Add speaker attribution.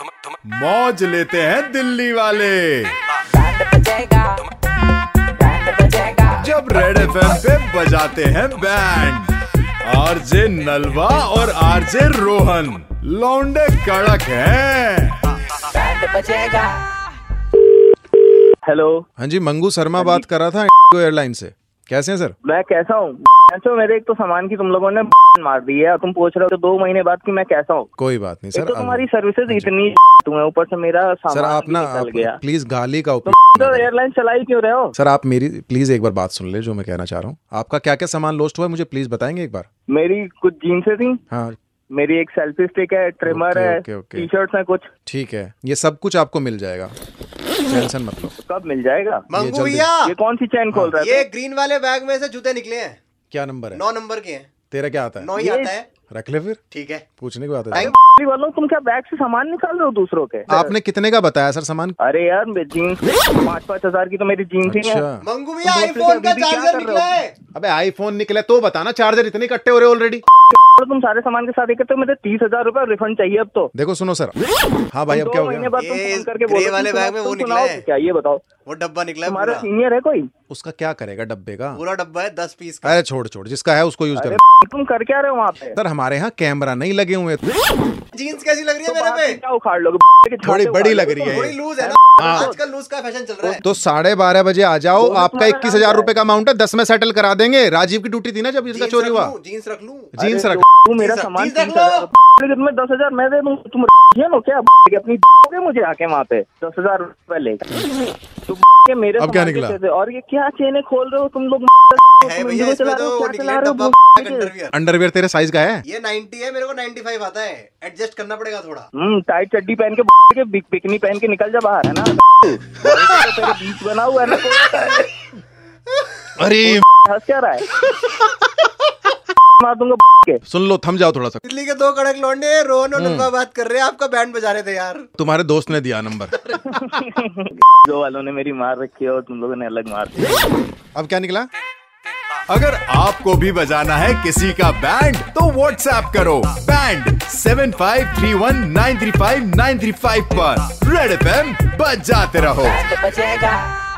Speaker 1: मौज लेते हैं दिल्ली वाले जब रेड एफ पे बजाते हैं बैंड आरजे नलवा और आरजे रोहन लौंडे कड़क हैं
Speaker 2: हेलो
Speaker 3: हाँ जी मंगू शर्मा बात कर रहा था एयरलाइन से कैसे हैं सर
Speaker 2: मैं कैसा हूँ तो मेरे एक तो सामान की तुम लोगों ने मार दी है और तुम पूछ रहे हो तो दो महीने बाद कि मैं कैसा हूँ
Speaker 3: कोई बात नहीं
Speaker 2: एक
Speaker 3: सर
Speaker 2: तो
Speaker 3: आप-
Speaker 2: तुम्हारी सर्विसेज इतनी तुम्हें ऊपर से मेरा सामान
Speaker 3: सर आप
Speaker 2: भी
Speaker 3: ना
Speaker 2: निकल गया
Speaker 3: प्लीज गाली का उपयोग ना
Speaker 2: तो
Speaker 3: करें।
Speaker 2: एयरलाइन चलाई क्यों रहे हो
Speaker 3: सर आप मेरी प्लीज एक बार बात सुन ले जो मैं कहना चाह रहा हूँ आपका क्या क्या सामान लोस्ट हुआ है मुझे प्लीज बताएंगे एक बार
Speaker 2: मेरी कुछ जीन्सें थी
Speaker 3: हाँ
Speaker 2: मेरी एक सेल्फी स्टिक है ट्रिमर
Speaker 3: ओके,
Speaker 2: है
Speaker 3: ओके, ओके।
Speaker 2: टी शर्ट्स है कुछ
Speaker 3: ठीक है ये सब कुछ आपको मिल जाएगा टेंशन मत लो
Speaker 2: कब तो मिल जाएगा
Speaker 4: मंगू
Speaker 3: जल्दी-
Speaker 4: भैया
Speaker 2: ये कौन सी
Speaker 3: हाँ।
Speaker 2: चैन खोल रहा
Speaker 4: ये
Speaker 2: है
Speaker 4: ग्रीन वाले बैग में से जूते निकले हैं
Speaker 3: क्या नंबर है
Speaker 4: नौ नंबर के हैं
Speaker 3: तेरा क्या आता
Speaker 4: नौ
Speaker 3: है
Speaker 4: ही आता है
Speaker 3: रख ले फिर
Speaker 4: ठीक है
Speaker 3: पूछने को आता है
Speaker 4: Thank
Speaker 2: ये तो वालों तुम क्या बैग से सामान निकाल रहे हो दूसरों के
Speaker 3: आपने कितने का बताया सर सामान
Speaker 2: अरे यार जीन्स पाँच पाँच हजार की तो मेरी जीन्स ही है
Speaker 3: अच्छा
Speaker 4: मंगू भैया
Speaker 2: तुम तो बोतल के अभी भी
Speaker 4: आईफोन का
Speaker 2: क्या
Speaker 4: चार्जर
Speaker 2: कर रहे हो?
Speaker 4: निकला है
Speaker 3: अबे आईफोन निकले तो बताना चार्जर इतने इकट्ठे हो रहे ऑलरेडी
Speaker 2: तो तुम सारे सामान के साथ एक तो मुझे तीस हजार रूपये रिफंड चाहिए अब तो
Speaker 3: देखो सुनो सर हाँ भाई अब
Speaker 2: दो
Speaker 3: क्या हो
Speaker 2: महीने
Speaker 3: गया
Speaker 2: बाद तुम
Speaker 4: ये
Speaker 2: फोन करके
Speaker 4: ग्रे
Speaker 2: बोलो
Speaker 4: वाले
Speaker 2: तुम
Speaker 4: बैग में
Speaker 2: सुनाओ-
Speaker 4: वो
Speaker 2: तुम
Speaker 4: निकला
Speaker 2: सुनाओ
Speaker 4: है।
Speaker 2: क्या ये बताओ
Speaker 4: वो डब्बा निकला है
Speaker 2: तुम्हारा
Speaker 4: पूरा
Speaker 2: सीनियर है कोई
Speaker 3: उसका क्या करेगा डब्बे का
Speaker 4: पूरा डब्बा है दस पीस का
Speaker 3: अरे छोड़ छोड़ जिसका है उसको यूज कर
Speaker 2: अरे तुम कर क्या रहे हो वहाँ पे
Speaker 3: सर हमारे यहाँ कैमरा नहीं लगे हुए
Speaker 4: जीन्स कैसी लग रही है
Speaker 2: तो बाहर
Speaker 4: मेरे
Speaker 2: से
Speaker 4: पे
Speaker 2: क्या उखाड़ लोगे के छाते
Speaker 3: थोड़ी
Speaker 2: उखाड़
Speaker 3: बड़ी
Speaker 2: लोगे
Speaker 3: लग रही
Speaker 2: तुम?
Speaker 3: है
Speaker 4: थोड़ी
Speaker 3: ये।
Speaker 4: लूज है ना
Speaker 3: हाँ।
Speaker 4: आजकल लूज का फैशन चल रहा है
Speaker 3: तो साढ़े बारह बजे आ जाओ
Speaker 2: बोनस
Speaker 3: आपका
Speaker 2: तुम्हारा
Speaker 3: इक्कीस
Speaker 2: आ
Speaker 3: हजार
Speaker 2: गया
Speaker 3: रूपए का अमाउंट है दस में सेटल करा देंगे राजीव की ड्यूटी थी ना जब इसका
Speaker 4: जीन्स
Speaker 3: चोरी
Speaker 4: रख
Speaker 3: हुआ हाँ।
Speaker 4: लूं, जीन्स रख लूं
Speaker 3: जीन्स
Speaker 2: अरे
Speaker 3: रख
Speaker 2: तो तू मेरा
Speaker 4: तीस-
Speaker 2: सामान
Speaker 4: तीस रख
Speaker 2: तीस हजार
Speaker 4: लो।
Speaker 2: लेकिन तुम्हें दस हजार मैं दे दूँ तुम ये लो क्या कि अपनी दोगे मुझे आके वहाँ पे दस हजार रूपये लेकर तुम ये मेरे
Speaker 3: अब क्या
Speaker 2: सामान के
Speaker 3: निकला?
Speaker 2: पैसे- और ये क्या चेने खोल रहे हो तुम लोग
Speaker 4: है
Speaker 2: तुम
Speaker 4: भैया
Speaker 2: इंडिगो
Speaker 4: इसमें
Speaker 2: चला
Speaker 4: तो
Speaker 2: रहे हो
Speaker 4: वो
Speaker 2: क्या
Speaker 4: निकला
Speaker 2: चला
Speaker 4: है
Speaker 2: रहे
Speaker 4: डब्बा
Speaker 2: हो
Speaker 4: का अंडरवियर
Speaker 3: अंडरवेयर तेरे साइज का है
Speaker 4: ये 90 है मेरे को 95 आता है एडजस्ट करना पड़ेगा थोड़ा
Speaker 2: हम्म टाइट चड्डी पहन के के बिक- बिकनी पहन के निकल जा बाहर है ना तो तेरे बीच बना हुआ है ना कोई आता है।
Speaker 3: अरे
Speaker 2: हंस क्या रहा है मार दूंगा के
Speaker 3: सुन लो थम जाओ थोड़ा सा
Speaker 4: दिल्ली के दो कड़क लौंडे रोहन
Speaker 3: हम्म।
Speaker 4: और डब्बा बात कर रहे हैं आपका बैंड बजा रहे थे यार
Speaker 3: तुम्हारे दोस्त ने दिया नंबर
Speaker 2: जो वालों ने मेरी मार रखी है और तुम लोगों ने अलग मार दी
Speaker 3: अब क्या निकला
Speaker 1: अगर आपको भी बजाना है किसी का बैंड तो व्हाट्सएप करो band seven five three one nine three five nine three five पर रेड एफ बजाते रहो
Speaker 5: बचेगा